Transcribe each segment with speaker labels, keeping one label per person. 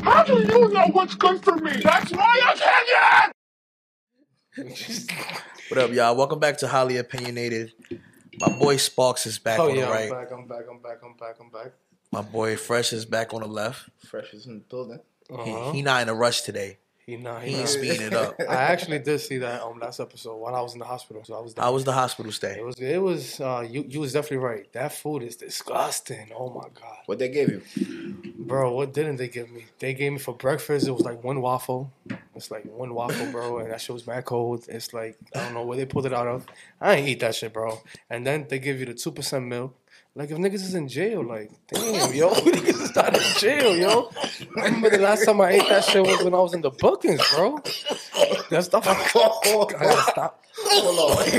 Speaker 1: How do you know what's good for me? That's my opinion!
Speaker 2: What up, y'all? Welcome back to Highly Opinionated. My boy Sparks is back
Speaker 3: Oh
Speaker 2: on
Speaker 3: yeah,
Speaker 2: the
Speaker 3: I'm
Speaker 2: right.
Speaker 3: back. I'm back. I'm back. I'm back. I'm back.
Speaker 2: My boy Fresh is back on the left.
Speaker 1: Fresh is in the building.
Speaker 3: Uh-huh.
Speaker 2: He, he not in a rush today.
Speaker 3: He, not.
Speaker 2: He
Speaker 3: He
Speaker 2: ain't
Speaker 3: not.
Speaker 2: speeding it up.
Speaker 3: I actually did see that um last episode while I was in the hospital, so I was.
Speaker 2: How
Speaker 3: Down.
Speaker 2: was the hospital stay?
Speaker 3: It was. It was. Uh, you you was definitely right. That food is disgusting. Oh my god,
Speaker 1: What they gave you?
Speaker 3: bro. What didn't they give me? They gave me for breakfast. It was like one waffle. It's like one waffle, bro, and that shit was mad cold. It's like I don't know where they pulled it out of. I ain't eat that shit, bro. And then they give you the two percent milk. Like if niggas is in jail, like damn, yo, niggas is not in jail, yo. I remember the last time I ate that shit was when I was in the bookings, bro. That stuff I gotta stop.
Speaker 1: Hold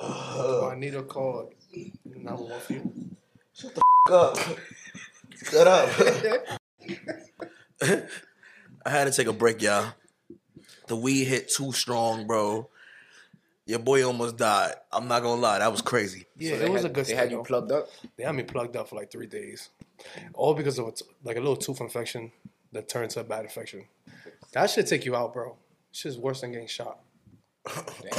Speaker 1: on.
Speaker 3: I need a call. Not one for you.
Speaker 1: up. Shut up.
Speaker 2: I had to take a break, y'all. The weed hit too strong, bro. Your boy almost died. I'm not gonna lie, that was crazy.
Speaker 3: Yeah, it was
Speaker 1: had,
Speaker 3: a good.
Speaker 1: They had you
Speaker 3: start, though.
Speaker 1: plugged up.
Speaker 3: They had me plugged up for like three days, all because of a t- like a little tooth infection that turned to a bad infection. That should take you out, bro. Shit's worse than getting shot.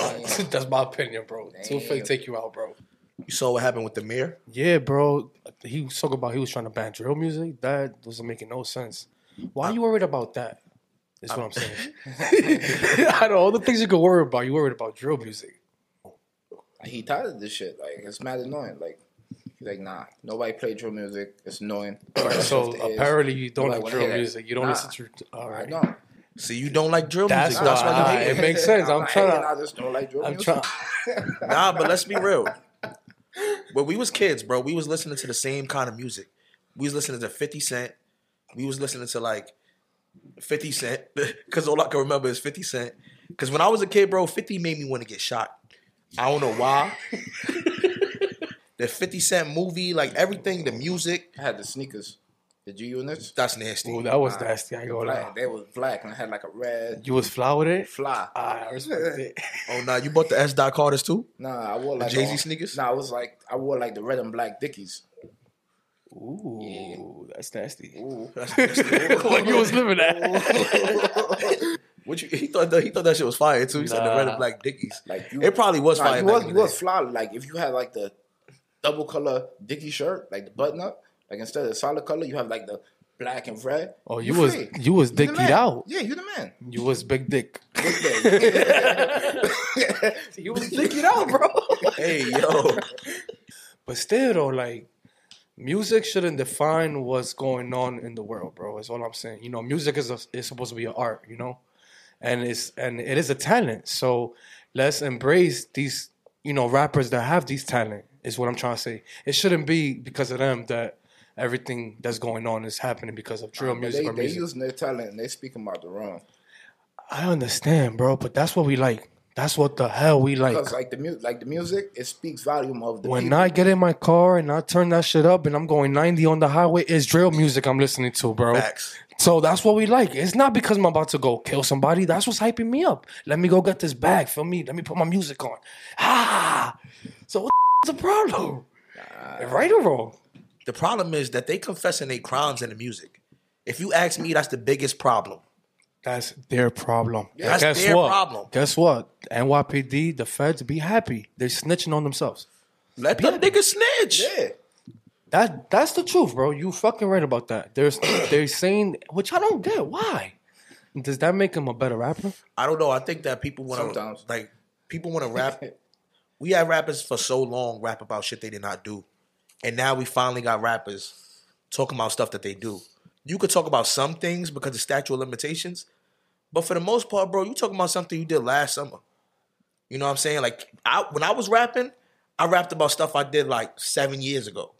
Speaker 3: That's my opinion, bro. Tooth fake take you out, bro.
Speaker 2: You saw what happened with the mayor?
Speaker 3: Yeah, bro. He was talking about he was trying to ban drill music. That wasn't making no sense. Why are you worried about that? Is what I'm saying. Out of all the things you could worry about, you worried about drill music.
Speaker 1: Like, he tired of this shit. Like it's mad annoying. Like he's like, nah, nobody play drill music. It's annoying.
Speaker 3: So
Speaker 1: It is.
Speaker 3: apparently you don't
Speaker 1: Nobody
Speaker 3: like
Speaker 1: wanna
Speaker 3: drill
Speaker 1: hear that.
Speaker 3: music. You don't
Speaker 1: Nah.
Speaker 3: listen to. All
Speaker 1: I
Speaker 3: right.
Speaker 1: don't.
Speaker 2: See, you don't like drill
Speaker 3: That's
Speaker 2: music. That's
Speaker 3: why
Speaker 2: why you hate
Speaker 3: I-
Speaker 2: it.
Speaker 3: it makes sense. I'm
Speaker 1: not
Speaker 3: tryna-
Speaker 1: hating, I just don't like drill
Speaker 3: I'm
Speaker 1: music.
Speaker 3: trying.
Speaker 2: Nah, but let's be real. When we was kids, bro, we was listening to the same kind of music. We was listening to 50 Cent. We was listening to like 50 Cent. Cause all I can remember is 50 Cent. Cause when I was a kid, bro, 50 made me want to get shot. I don't know why. the 50 Cent movie, like everything, the music,
Speaker 1: I had the sneakers, the G units.
Speaker 2: that's nasty.
Speaker 1: Oh,
Speaker 3: Ooh, that was
Speaker 1: Nah.
Speaker 3: nasty. I go
Speaker 1: Black.
Speaker 3: lie.
Speaker 1: They was black and I had like a red
Speaker 3: You was flowered it.
Speaker 1: fly.
Speaker 3: Ah, I respect it.
Speaker 2: Oh nah, you bought the S. Dot Carters too?
Speaker 1: Nah, I wore like
Speaker 2: Jay-Z
Speaker 1: all-
Speaker 2: sneakers?
Speaker 1: Nah, I was like I wore like the red and black Dickies.
Speaker 3: Ooh, that's nasty.
Speaker 1: Ooh.
Speaker 3: like you was living that.
Speaker 2: What you he thought that he thought that shit was fire too. He said the red
Speaker 3: Nah.
Speaker 2: and black dickies.
Speaker 1: Like you,
Speaker 2: It probably was
Speaker 1: nah,
Speaker 2: fire.
Speaker 1: you
Speaker 2: back
Speaker 1: was,
Speaker 2: in
Speaker 1: you
Speaker 2: the
Speaker 1: was
Speaker 2: day.
Speaker 1: fly. Like if you had like the double color Dickie shirt, like the button up, like instead of solid color, you have like the black and red.
Speaker 3: Oh, you was
Speaker 1: free.
Speaker 3: you was
Speaker 1: You the
Speaker 3: dickied
Speaker 1: man.
Speaker 3: out.
Speaker 1: Yeah, you the man.
Speaker 3: You was big dick.
Speaker 1: Big bag.
Speaker 3: You was dickied out, bro.
Speaker 2: Hey yo,
Speaker 3: But still, though, like music shouldn't define what's going on in the world, bro. That's all I'm saying. You know, music is a, is supposed to be an art, you know, and it's and it is a talent. So let's embrace these, you know, rappers that have these talent. Is what I'm trying to say. It shouldn't be because of them that everything that's going on is happening because of drill
Speaker 1: But
Speaker 3: music
Speaker 1: they,
Speaker 3: or
Speaker 1: they
Speaker 3: music.
Speaker 1: using their talent and they speaking about the wrong.
Speaker 3: I understand, bro, but that's what we like. That's what the hell we like.
Speaker 1: Because like the mu- like the music, it speaks volume of the
Speaker 3: When
Speaker 1: people.
Speaker 3: I get in my car and I turn that shit up and I'm going 90 on the highway, it's drill music I'm listening to, bro.
Speaker 2: facts.
Speaker 3: So that's what we like. It's not because I'm about to go kill somebody. That's what's hyping me up. Let me go get this bag. Feel me? Let me put my music on. Ah. So what the f- is the problem? right or wrong?
Speaker 2: The problem is that they confessing their crimes in the music. If you ask me, that's the biggest problem.
Speaker 3: That's their problem. And
Speaker 2: That's
Speaker 3: guess
Speaker 2: their
Speaker 3: what?
Speaker 2: problem.
Speaker 3: Guess what? NYPD, the feds, be happy. They're snitching on themselves.
Speaker 2: Let them niggas snitch.
Speaker 1: yeah,
Speaker 3: That that's the truth, bro. You fucking right about that. There's they're saying which I don't get. Why? Does that make him a better rapper?
Speaker 2: I don't know. I think that people want to
Speaker 1: Sometimes.
Speaker 2: like people want to rap. we had rappers for so long rap about shit they did not do, and now we finally got rappers talking about stuff that they do. You could talk about some things because of statute of limitations, but for the most part, bro, you talking about something you did last summer. You know what I'm saying? Like I, when I was rapping, I rapped about stuff I did like seven years ago.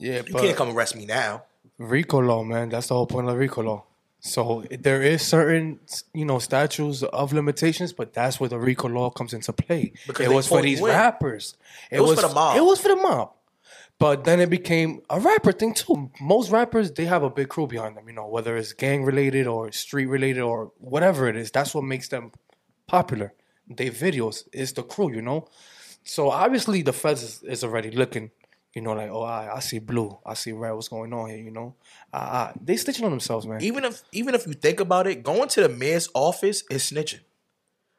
Speaker 3: Yeah,
Speaker 2: You can't come arrest me now.
Speaker 3: Rico law, man. That's the whole point of Rico law. So there is certain you know statutes of limitations, but that's where the Rico law comes into play.
Speaker 2: Because
Speaker 3: it
Speaker 2: they
Speaker 3: was for
Speaker 2: pulled
Speaker 3: these
Speaker 2: you in.
Speaker 3: rappers. It,
Speaker 2: was for the mob.
Speaker 3: It was for the mob. But then it became a rapper thing too. Most rappers they have a big crew behind them, you know, whether it's gang related or street related or whatever it is. That's what makes them popular. They videos is the crew, you know. So obviously the feds is, is already looking, You know, like, oh, I, I see blue. I see red. What's going on here? You know? Uh, uh, they snitching on themselves, man.
Speaker 2: Even if even if you think about it, going to the mayor's office is snitching.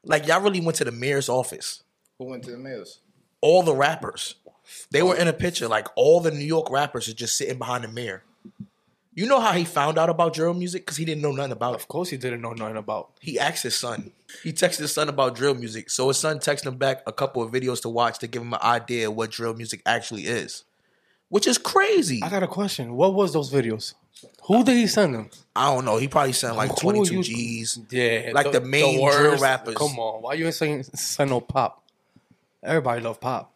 Speaker 2: Like y'all really went to the mayor's office.
Speaker 1: Who went to the mayor's?
Speaker 2: All the rappers. They
Speaker 3: Oh.
Speaker 2: were in a picture. Like all the New York rappers are just sitting behind the mayor. You know how he found out about drill music? Because he didn't know nothing about it.
Speaker 3: Of course, he didn't know nothing about.
Speaker 2: He asked his son. He texted his son about drill music. So his son texted him back a couple of videos to watch to give him an idea of what drill music actually is. Which is crazy.
Speaker 3: I got a question. What was those videos? Who did he send them?
Speaker 2: I don't know. He probably sent like
Speaker 3: Who
Speaker 2: twenty two
Speaker 3: you-
Speaker 2: G's.
Speaker 3: Yeah,
Speaker 2: Like the main drill
Speaker 3: worst.
Speaker 2: rappers.
Speaker 3: Come on, why you ain't saying send no pop? Everybody love pop.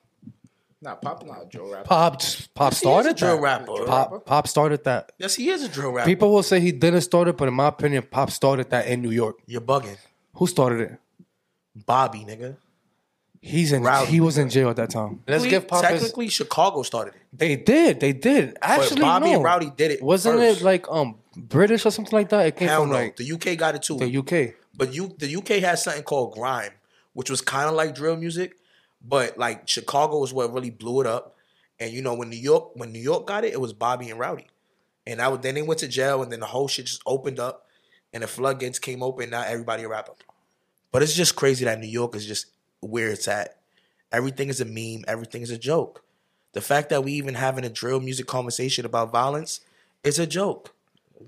Speaker 1: Not Pop, not Joe Rap.
Speaker 3: Pop, pop
Speaker 2: He is
Speaker 3: started
Speaker 2: a drill
Speaker 3: that.
Speaker 2: rapper.
Speaker 3: Pop, pop started that.
Speaker 2: Yes, he is a drill rapper.
Speaker 3: People will say he didn't start it, but in my opinion, pop started that in New York.
Speaker 2: You're bugging,
Speaker 3: Who started it?
Speaker 2: Bobby, nigga.
Speaker 3: He's in.
Speaker 2: Rowdy.
Speaker 3: He was in jail at that time. Let's
Speaker 2: Technically-
Speaker 3: give pop. his-
Speaker 2: Technically, Chicago started it.
Speaker 3: they did. They did. Actually,
Speaker 2: Bobby
Speaker 3: no.
Speaker 2: and Rowdy did it
Speaker 3: Wasn't
Speaker 2: first.
Speaker 3: it like um British or something like that? It came
Speaker 2: Hell
Speaker 3: from
Speaker 2: no.
Speaker 3: like
Speaker 2: the UK got it too.
Speaker 3: the UK.
Speaker 2: but you, the UK had something called grime, which was kind of like drill music, but like Chicago was what really blew it up. And you know when New York when New York got it, it was Bobby and Rowdy, and I would, then they went to jail, and then the whole shit just opened up, and the floodgates came open. Now everybody a rapper. But it's just crazy that New York is just where it's at. Everything is a meme. Everything is a joke. The fact that we even having a drill music conversation about violence is a joke.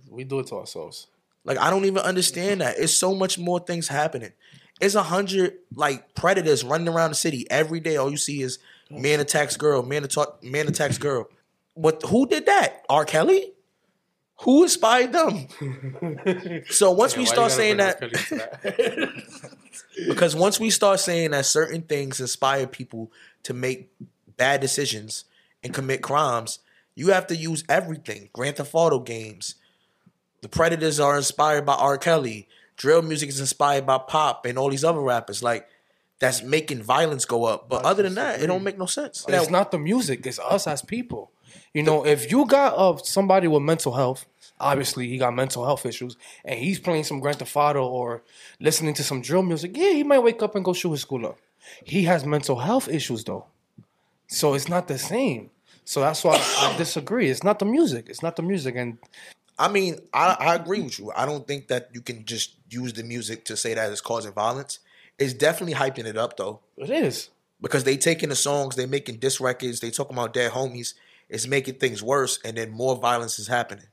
Speaker 3: We do it to ourselves.
Speaker 2: Like I don't even understand that. It's so much more things happening. It's a hundred like predators running around the city every day. All you see is man attacks girl, man attack, man attacks girl. What? Who did that? R. Kelly? Who inspired them? so once we start saying that, because once we start saying that certain things inspire people to make bad decisions and commit crimes, you have to use everything. Grand Theft Auto games. The Predators are inspired by R. Kelly. Drill music is inspired by pop and all these other rappers. Like that's making violence go up. But other than that, it don't make no sense.
Speaker 3: It's not the music. It's us as people. You know, if you got uh, somebody with mental health, obviously he got mental health issues, and he's playing some Grand Theft Auto or listening to some drill music, yeah, he might wake up and go shoot his school up. He has mental health issues though, so it's not the same. So that's why I disagree. It's not the music. It's not the music, and
Speaker 2: I mean, I, I agree with you. I don't think that you can just use the music to say that it's causing violence. It's definitely hyping it up though.
Speaker 3: it is.
Speaker 2: because they taking the songs, they making diss records, they talking about dead homies. It's making things worse, and then more violence is happening.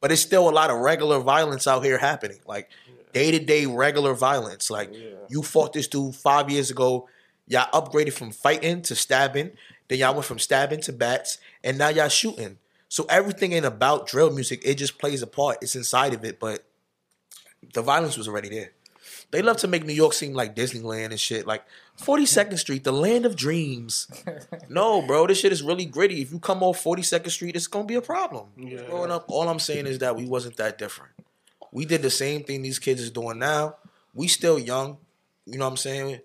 Speaker 2: But it's still a lot of regular violence out here happening, like day to day regular violence. Like you fought this dude five years ago, y'all upgraded from fighting to stabbing, then y'all went from stabbing to bats, and now y'all shooting. So everything ain't about drill music; it just plays a part. It's inside of it, but the violence was already there. They love to make New York seem like Disneyland and shit. Like 42nd Street, the land of dreams. no, bro, this shit is really gritty. If you come off 42nd Street, it's gonna be a problem. Growing up, all I'm saying is that we wasn't that different. We did the same thing these kids is doing now. We still young. You know what I'm saying?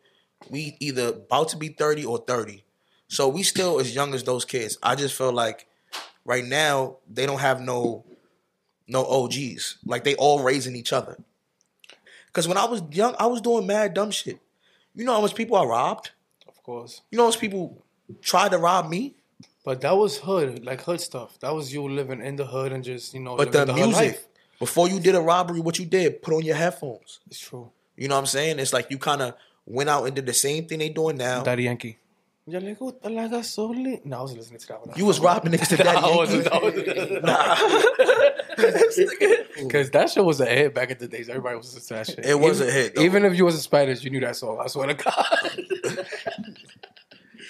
Speaker 2: We either about to be 30 or 30. So we still as young as those kids. I just feel like right now they don't have no no OGs. Like they all raising each other. Cause when I was young, I was doing mad dumb shit. You know how much people I robbed?
Speaker 3: Of course.
Speaker 2: You know how much people tried to rob me?
Speaker 3: But that was hood, like hood stuff. That was you living in the hood and just you know.
Speaker 2: But the
Speaker 3: living hood
Speaker 2: music,
Speaker 3: life.
Speaker 2: before you did a robbery, what you did, put on your headphones.
Speaker 3: It's true.
Speaker 2: You know what I'm saying? It's like you kind of went out and did the same thing they doing now.
Speaker 3: Daddy Yankee. Oh. Ya le gusta la gasolina. No, I was listening to that one.
Speaker 2: You was robbing niggas to
Speaker 3: Ah,
Speaker 2: Daddy Yankee.
Speaker 3: Because that shit was a hit back in the days. Everybody was listening to that shit.
Speaker 2: It was
Speaker 3: even,
Speaker 2: a hit, though.
Speaker 3: Even if you was a Spanish, you knew that song. I swear to God.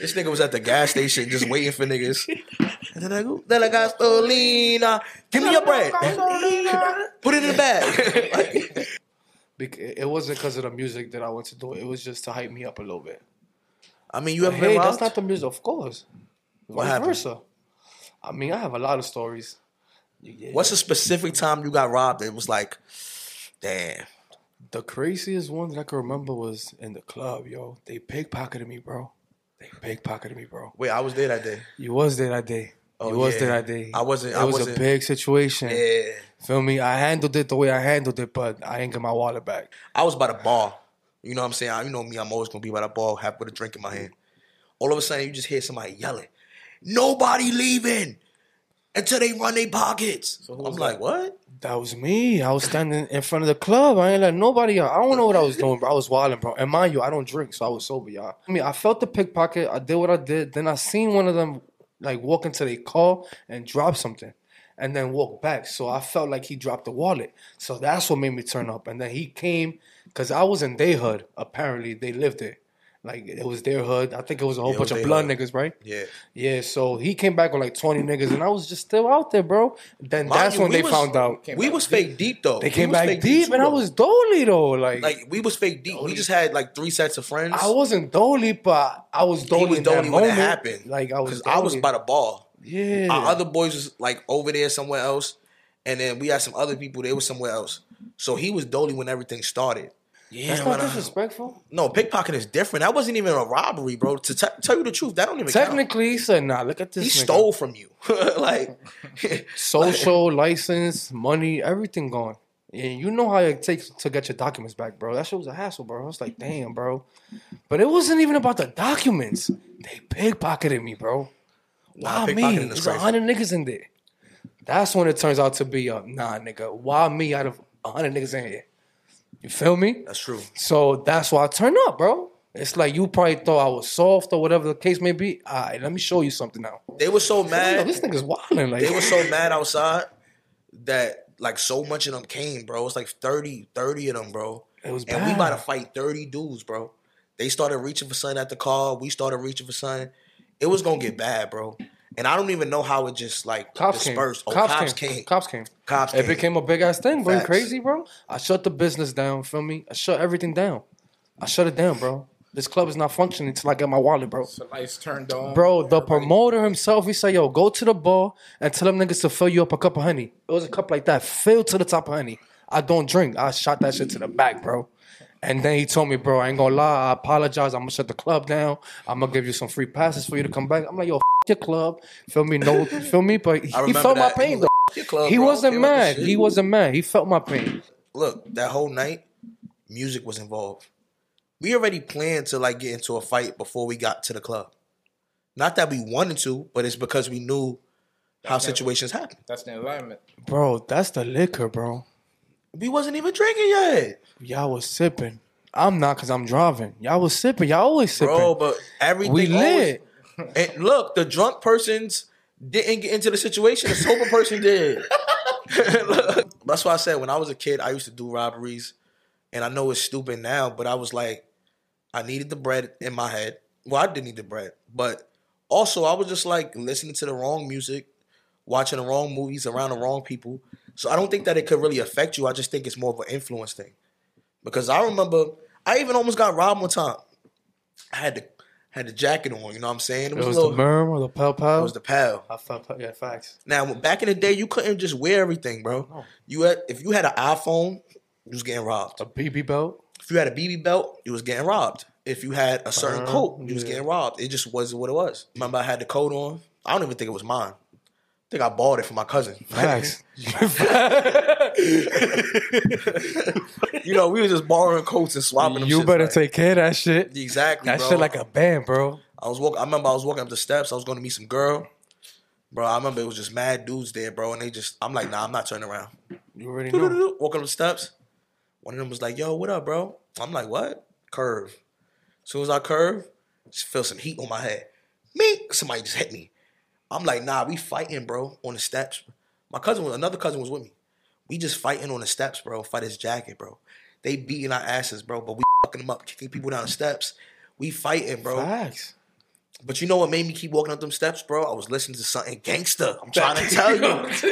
Speaker 2: This nigga was at the gas station just waiting for niggas. And then I go, "Dale gasolina. Give me your bread. Put it in the bag. Like,
Speaker 3: Bec- it wasn't because of the music that I went to do it. It was just to hype me up a little bit.
Speaker 2: I mean, you ever
Speaker 3: Hey,
Speaker 2: been
Speaker 3: that's
Speaker 2: robbed?
Speaker 3: not the music. Of course. Vice
Speaker 2: happened?
Speaker 3: versa. I mean, I have a lot of stories.
Speaker 2: What's a specific time you got robbed? It was like, damn.
Speaker 3: The craziest one that I can remember was in the club, yo. They pickpocketed me, bro. They pickpocketed me, bro.
Speaker 2: Wait, I was there that day.
Speaker 3: You was there that day. you was
Speaker 2: Oh, yeah.
Speaker 3: there that day.
Speaker 2: I wasn't-
Speaker 3: It
Speaker 2: I
Speaker 3: was
Speaker 2: wasn't-
Speaker 3: a big situation.
Speaker 2: Yeah.
Speaker 3: Feel me? I handled it the way I handled it, but I ain't get my wallet back.
Speaker 2: I was by the bar. You know what I'm saying? I- You know me, I'm always gonna be by the bar, have with a drink in my hand. All of a sudden, you just hear somebody yelling, nobody leaving until they run their pockets. I'm like, what?
Speaker 3: That was me. I was standing in front of the club. I ain't let nobody out. I don't know what I was doing, bro. I was wilding, bro. And mind you, I don't drink, so I was sober, y'all. I mean, I felt the pickpocket. I did what I did. Then I seen one of them like walk into their car and drop something. And then walk back. So I felt like he dropped the wallet. So that's what made me turn up. And then he came because I was in their hood. Apparently, they lived there. Like it was their hood. I think it was a whole
Speaker 2: it was
Speaker 3: bunch of
Speaker 2: their
Speaker 3: blood
Speaker 2: hood.
Speaker 3: niggas, right?
Speaker 2: Yeah.
Speaker 3: Yeah, so he came back with like 20 niggas, and I was just still out there, bro. Then that's
Speaker 2: you,
Speaker 3: when
Speaker 2: we
Speaker 3: they
Speaker 2: was-
Speaker 3: found out.
Speaker 1: Came
Speaker 2: we
Speaker 1: back
Speaker 2: was fake deep though.
Speaker 3: They
Speaker 2: We
Speaker 3: came
Speaker 2: was
Speaker 3: back
Speaker 2: fake
Speaker 3: deep, and I
Speaker 2: too, though.
Speaker 3: was dolly, though. Like,
Speaker 2: like, we was fake deep. We just had like three sets of friends.
Speaker 3: I wasn't dolly, but I was
Speaker 2: He
Speaker 3: dolly
Speaker 2: was
Speaker 3: in that
Speaker 2: dolly when it
Speaker 3: moment.
Speaker 2: happened.
Speaker 3: Like, I was
Speaker 2: I was
Speaker 3: dolly.
Speaker 2: by the bar.
Speaker 3: Yeah.
Speaker 2: Our other boys was like over there somewhere else, and then we had some other people. They was somewhere else. So he was dolly when everything started. Yeah,
Speaker 3: That's not disrespectful.
Speaker 2: no pickpocket is different. That wasn't even a robbery, bro. To te- tell you the truth, that don't even count.
Speaker 3: Technically, he said, nah, look at this.
Speaker 2: He
Speaker 3: nigga.
Speaker 2: stole from you, like
Speaker 3: social license, money, everything gone. And you know how it takes to get your documents back, bro. That shit was a hassle, bro. I was like, damn, bro. But it wasn't even about the documents. They pickpocketed me, bro.
Speaker 2: Nah,
Speaker 3: Why Ah, me?
Speaker 2: pickpocketing is
Speaker 3: There's a
Speaker 2: crazy.
Speaker 3: hundred niggas in there. That's when it turns out to be a nah, nigga. Why me out of a hundred niggas in here? You feel me?
Speaker 2: That's true.
Speaker 3: So that's why I turn up, bro. It's like you probably thought I was soft or whatever the case may be. All right, let me show you something now.
Speaker 2: They were so
Speaker 3: Yo,
Speaker 2: mad.
Speaker 3: this nigga's wilding. Like
Speaker 2: they were so mad outside that like so much of them came, bro. It's like 30, 30 of them, bro.
Speaker 3: It was
Speaker 2: and we about to
Speaker 3: bad.
Speaker 2: fight 30 dudes, bro. They started reaching for something at the car. We started reaching for something. It was gonna get bad, bro. And I don't even know how it just like
Speaker 3: Cops came.
Speaker 2: dispersed.
Speaker 3: Cops,
Speaker 2: Oh, cops,
Speaker 3: came.
Speaker 2: came.
Speaker 3: Cops came.
Speaker 2: Cops
Speaker 3: It
Speaker 2: came.
Speaker 3: became a big ass thing, bro. You
Speaker 2: Facts.
Speaker 3: crazy, bro. I shut the business down. Feel me? I shut everything down. I shut it down, bro. This club is not functioning until I get my wallet, bro.
Speaker 1: So lights turned on.
Speaker 3: Bro, the promoter himself, he said, "Yo, go to the bar and tell them niggas to fill you up a cup of honey." It was a cup like that, filled to the top of honey. I don't drink. I shot that shit to the back, bro. And then he told me, "Bro, I ain't gonna lie. I apologize. I'm gonna shut the club down. I'm gonna give you some free passes for you to come back." I'm like, "Yo, f- your club, feel me? No, feel me?" But
Speaker 2: I
Speaker 3: he
Speaker 2: remember
Speaker 3: felt my
Speaker 2: that.
Speaker 3: pain
Speaker 2: was
Speaker 3: though.
Speaker 2: like, "Your club,
Speaker 3: He
Speaker 2: bro. I don't
Speaker 3: wasn't
Speaker 2: care about this
Speaker 3: mad.
Speaker 2: shit."
Speaker 3: He wasn't mad. He felt my pain.
Speaker 2: Look, that whole night, music was involved. We already planned to like get into a fight before we got to the club. Not that we wanted to, but it's because we knew how situations happen.
Speaker 1: That's the environment.
Speaker 3: Bro, that's the liquor, bro.
Speaker 2: We wasn't even drinking yet,
Speaker 3: Y'all was sipping. I'm not cause I'm driving. Y'all was sipping. Y'all always sipping.
Speaker 2: bro. But everything
Speaker 3: we
Speaker 2: always-
Speaker 3: lit.
Speaker 2: And look, the drunk persons didn't get into the situation. The sober person did. Look, That's why I said when I was a kid, I used to do robberies, and I know it's stupid now, but I was like, I needed the bread in my head. Well, I did need the bread, but also I was just like listening to the wrong music, watching the wrong movies around the wrong people. So I don't think that it could really affect you. I just think it's more of an influence thing. Because I remember I even almost got robbed one time. I had the had the jacket on, you know what I'm saying?
Speaker 3: It was the merm or the pal pal.
Speaker 2: It was the pal.
Speaker 3: I felt yeah, facts.
Speaker 2: Now, back in the day, you couldn't just wear everything, bro. You had if you had an iPhone, you was getting robbed.
Speaker 3: A BB belt.
Speaker 2: If you had a BB belt, you was getting robbed. If you had a certain
Speaker 3: Uh-huh,
Speaker 2: coat, you was
Speaker 3: yeah.
Speaker 2: getting robbed. It just wasn't what it was. Remember, I had the coat on. I don't even think it was mine. I think I bought it from my cousin.
Speaker 3: Facts.
Speaker 2: you know, we was just borrowing coats and swapping them.
Speaker 3: you
Speaker 2: shits,
Speaker 3: better
Speaker 2: like-
Speaker 3: take care of that shit.
Speaker 2: exactly.
Speaker 3: That
Speaker 2: bro.
Speaker 3: shit like a band, bro.
Speaker 2: I was walking. I remember I was walking up the steps. I was going to meet some girl, bro. I remember it was just mad dudes there, bro. And they just, I'm like, nah, I'm not turning around.
Speaker 3: You already know.
Speaker 2: Walking up the steps. One of them was like, yo, what up, bro? I'm like, what? Curve. As soon as I curve, just feel some heat on my head. Me, somebody just hit me. I'm like, nah, we fighting, bro, on the steps. My cousin was another cousin was with me. We just fighting on the steps, bro. Fight his jacket, bro. They beating our asses, bro, but we fucking them up, kicking people down the steps. We fighting, bro.
Speaker 3: Facts.
Speaker 2: But you know what made me keep walking up them steps, bro? I was listening to something gangster. I'm trying to tell you.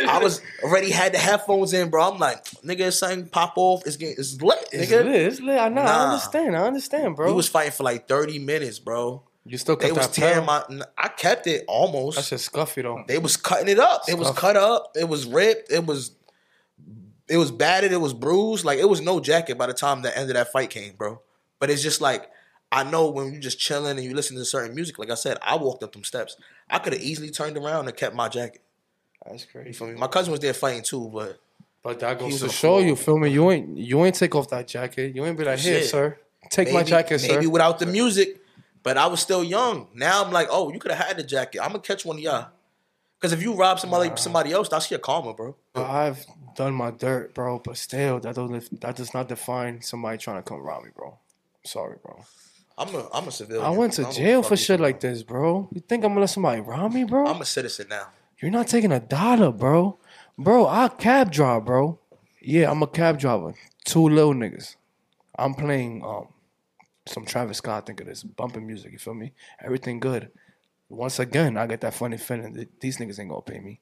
Speaker 2: I was already had the headphones in, bro. I'm like, nigga, if something pop off. It's getting it's lit, nigga.
Speaker 3: It's lit. It's lit. I know. I
Speaker 2: Nah.
Speaker 3: understand. I understand, bro.
Speaker 2: We was fighting for like 30 minutes, bro.
Speaker 3: you still
Speaker 2: They
Speaker 3: kept
Speaker 2: was
Speaker 3: that
Speaker 2: tearing
Speaker 3: tearing
Speaker 2: my I kept it almost.
Speaker 3: That shit scuffy though.
Speaker 2: They was cutting it up. It was
Speaker 3: Scuffed.
Speaker 2: cut up. It was ripped. It was it was battered. It was bruised. Like it was no jacket by the time the end of that fight came, bro. But it's just like I know when you just chilling and you listen to certain music. Like I said, I walked up them steps. I could have easily turned around and kept my jacket.
Speaker 3: That's
Speaker 2: You
Speaker 3: crazy.
Speaker 2: feel me? My cousin was there fighting too, but
Speaker 3: But that
Speaker 2: He
Speaker 3: goes
Speaker 2: was
Speaker 3: to
Speaker 2: a
Speaker 3: show
Speaker 2: fool.
Speaker 3: you, feel me? You ain't you ain't take off that jacket. You ain't be like, here,
Speaker 2: Shit.
Speaker 3: sir. Take
Speaker 2: maybe,
Speaker 3: my jacket,
Speaker 2: maybe
Speaker 3: sir.
Speaker 2: without the music, But I was still young. Now I'm like, oh, you could have had the jacket. I'm gonna catch one of y'all. Cause if you rob somebody somebody else, that's your karma, bro.
Speaker 3: I've done my dirt, bro, but still, that doesn't that does not define somebody trying to come rob me, bro. Sorry, bro.
Speaker 2: I'm a I'm a civilian.
Speaker 3: I went to
Speaker 2: don't
Speaker 3: jail
Speaker 2: fuck
Speaker 3: for
Speaker 2: with
Speaker 3: shit
Speaker 2: you.
Speaker 3: like this, bro. You think I'm gonna let somebody rob me, bro?
Speaker 2: I'm a citizen now.
Speaker 3: You're not taking a dollar, bro. Bro, I cab drive, bro. Yeah, I'm a cab driver. Two little niggas. I'm playing um some Travis Scott. I think it is bumping music. You feel me? Everything good. Once again, I get that funny feeling that these niggas ain't gonna pay me.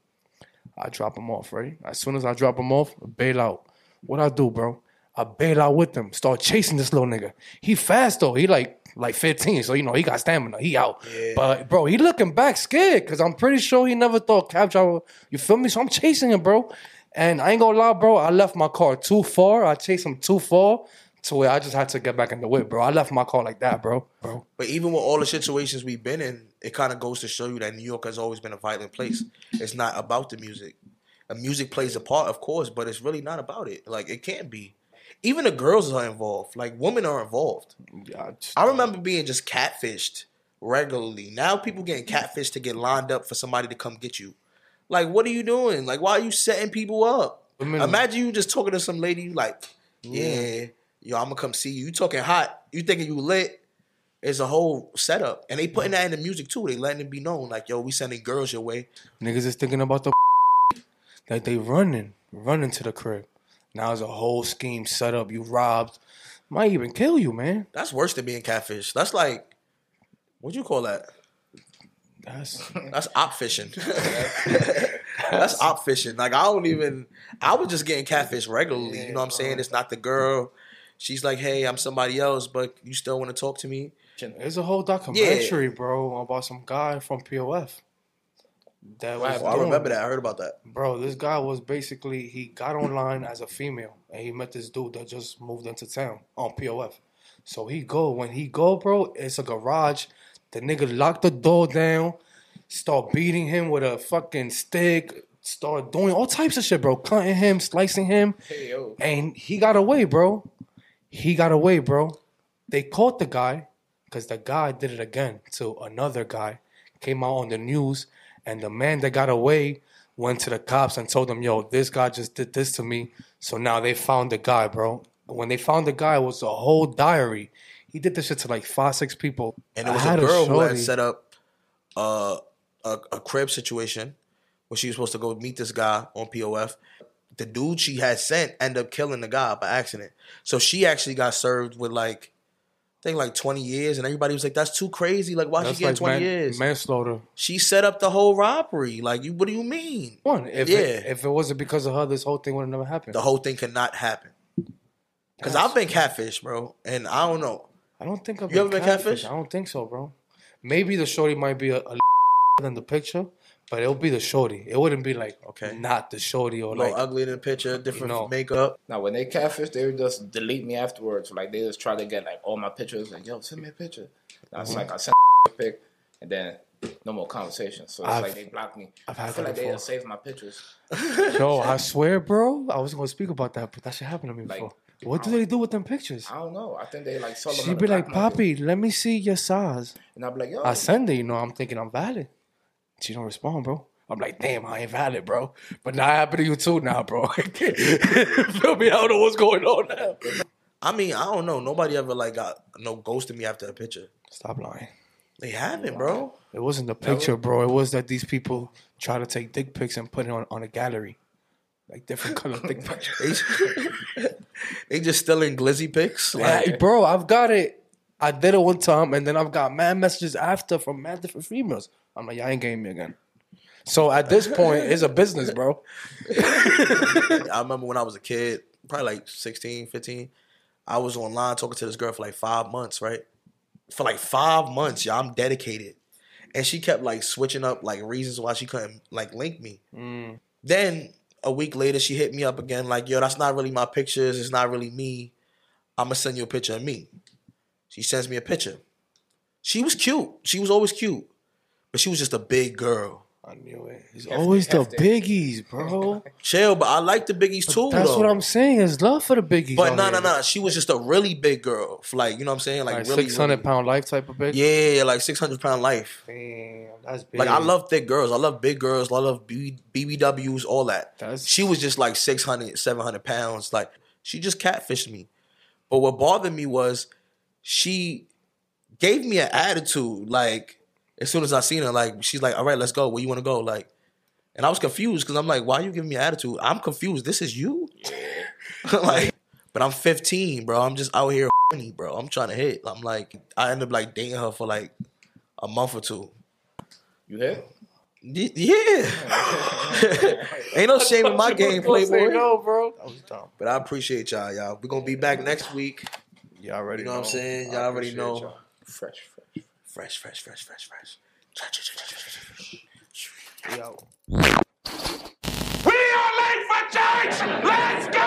Speaker 3: I drop them off, right? As soon as I drop them off, bail out. What I do, bro? I bail out with them. Start chasing this little nigga. He fast though. He like like 15, so you know he got stamina. He out. But bro, he looking back scared because I'm pretty sure he never thought cab driver. You feel me? So I'm chasing him, bro. And I ain't gonna lie, bro. I left my car too far. I chased him too far to where I just had to get back in the whip, bro. I left my car like that, bro. Bro,
Speaker 2: But even with all the situations we've been in, it kind of goes to show you that New York has always been a violent place. It's not about the music. The music plays a part, of course, but it's really not about it. Like it can't be. Even the girls are involved. Like women are involved.
Speaker 3: I just-
Speaker 2: I remember being just catfished regularly. Now people getting catfished to get lined up for somebody to come get you. Like, what are you doing? Like, why are you setting people up?
Speaker 3: Women-
Speaker 2: Imagine you just talking to some lady, you like, yeah, yo, I'm gonna come see you. You talking hot. You thinking you lit. It's a whole setup, and they putting that in the music too. They letting it be known, like, yo, we sending girls your way.
Speaker 3: Niggas is thinking about the that they running, running to the crib. Now it's a whole scheme set up. You robbed, might even kill you, man.
Speaker 2: That's worse than being catfish. That's like, what you call that?
Speaker 3: That's
Speaker 2: That's op fishing. That's op fishing. Like I don't even. I was just getting catfish regularly. you know what I'm saying? It's not the girl. She's like, hey, I'm somebody else, but you still want to talk to me?
Speaker 3: it's a whole documentary, bro, about some guy from POF. That was
Speaker 2: Oh, I
Speaker 3: doing-
Speaker 2: remember that. I heard about that.
Speaker 3: bro. This guy was basically he got online as a female and he met this dude that just moved into town on POF. So he go when he go, bro. It's a garage. The nigga locked the door down, start beating him with a fucking stick, start doing all types of shit, bro. Cutting him, slicing him,
Speaker 1: Hey, yo.
Speaker 3: and he got away, bro. He got away, bro. They caught the guy because the guy did it again to another guy. Came out on the news, and the man that got away went to the cops and told them, "Yo, this guy just did this to me." So now they found the guy, bro. When they found the guy, it was a whole diary. He did this shit to like five, six people.
Speaker 2: And it
Speaker 3: I
Speaker 2: was a
Speaker 3: had
Speaker 2: girl who had
Speaker 3: shorty.
Speaker 2: set up uh, a a crib situation where she was supposed to go meet this guy on POF. The dude she had sent ended up killing the guy by accident. So she actually got served with like, I think like 20 years, and everybody was like, "That's too crazy. Like, why she
Speaker 3: That's
Speaker 2: getting
Speaker 3: like
Speaker 2: 20
Speaker 3: man-
Speaker 2: years?"
Speaker 3: manslaughter.
Speaker 2: She set up the whole robbery. Like you, what do you mean?
Speaker 3: One, if it,
Speaker 2: Yeah.
Speaker 3: if it wasn't because of her, this whole thing would have never happened.
Speaker 2: The whole thing could not happen. Because I've been catfish, bro, and I don't know.
Speaker 3: I don't think I've
Speaker 2: You ever been catfished?
Speaker 3: I don't think so, bro. Maybe the shorty might be a, a than the picture, but it'll be the shorty. It wouldn't be like
Speaker 2: Okay.
Speaker 3: not the shorty or
Speaker 2: A little
Speaker 3: like
Speaker 2: ugly in the picture, different
Speaker 3: No.
Speaker 2: makeup.
Speaker 1: Now, when they catfish, they would just delete me afterwards. Like they just try to get like all my pictures. Like, yo, send me a picture. And I
Speaker 3: Mm-hmm.
Speaker 1: was like, I sent a pic, and then no more conversation. So it's
Speaker 3: I've-
Speaker 1: like they blocked me.
Speaker 3: I've
Speaker 1: I
Speaker 3: had
Speaker 1: feel
Speaker 3: that
Speaker 1: like they
Speaker 3: before.
Speaker 1: just saved my pictures.
Speaker 3: yo. I swear, bro. I was gonna speak about that, but that shit happened to me
Speaker 1: Like,
Speaker 3: before. What do they do with them pictures?
Speaker 1: I don't know. I think they like sold them. on
Speaker 3: She'd
Speaker 1: the
Speaker 3: be like,
Speaker 1: black market.
Speaker 3: "Poppy, let me see your size."
Speaker 1: and I'd be like, yo,
Speaker 3: I send it, you know. I'm thinking I'm valid. She don't respond, bro. I'm like, damn, I ain't valid, bro. But now it happened to you too, now, bro. Feel me? I don't know what's going on now.
Speaker 2: I mean, I don't know. Nobody ever like got no ghosted me after a picture.
Speaker 3: Stop lying.
Speaker 2: They haven't, bro.
Speaker 3: It wasn't the picture, bro. It was that these people try to take dick pics and put it on, on a gallery. Like different color dick pictures.
Speaker 2: They, they just stealing glizzy pics. Like,
Speaker 3: Like, bro, I've got it. I did it one time and then I've got mad messages after from mad different females. I'm like, y'all ain't getting me again. So at this point, it's a business, bro.
Speaker 2: I remember when I was a kid, probably like 16, 15, I was online talking to this girl for like five months, right? For like five months, y'all, I'm dedicated. And she kept like switching up like reasons why she couldn't like link me. Mm, Then a week later, she hit me up again, like, yo, that's not really my pictures. It's not really me. I'm gonna send you a picture of me. She sends me a picture. She was cute. She was always cute, but she was just a big girl.
Speaker 3: I knew it. It's
Speaker 1: Hefty,
Speaker 3: always the
Speaker 1: hefty.
Speaker 3: biggies, bro.
Speaker 2: Chill, but I like the biggies too.
Speaker 3: That's
Speaker 2: though.
Speaker 3: what I'm saying. Is love for the biggies.
Speaker 2: But
Speaker 3: out
Speaker 2: no,
Speaker 3: here.
Speaker 2: no, no. She was just a really big girl. Like you know what I'm saying? Like,
Speaker 3: Like,
Speaker 2: really,
Speaker 3: six hundred
Speaker 2: really-
Speaker 3: pound life type of bitch.
Speaker 2: Yeah, like 600 pound life.
Speaker 3: Damn, that's big.
Speaker 2: Like I love thick girls. I love big girls. I love B- BBWs, all that.
Speaker 3: That's-
Speaker 2: She was just like 600, 700 pounds. Like she just catfished me. But what bothered me was she gave me an attitude. Like as soon as I seen her, like she's like, "All right, let's go. Where you want to go?" Like, and I was confused because I'm like, "Why you giving me an attitude? I'm confused. This is you." like, but I'm 15, bro. I'm just out here, horny, bro. I'm trying to hit. I'm like, I end up like dating her for like a month or two.
Speaker 1: You hit?
Speaker 2: Y- Yeah. Ain't no shame in my game, Playboy.
Speaker 3: No, bro. That was dumb.
Speaker 2: But I appreciate y'all, y'all. We're gonna be back next week.
Speaker 3: Yeah, already.
Speaker 2: You know what I'm saying?
Speaker 3: I
Speaker 2: Y'all already
Speaker 3: appreciate
Speaker 2: know.
Speaker 3: y'all.
Speaker 1: Fresh, fresh.
Speaker 2: Fresh, fresh, fresh, fresh, fresh.
Speaker 3: We out.
Speaker 4: We are late for church. Let's go.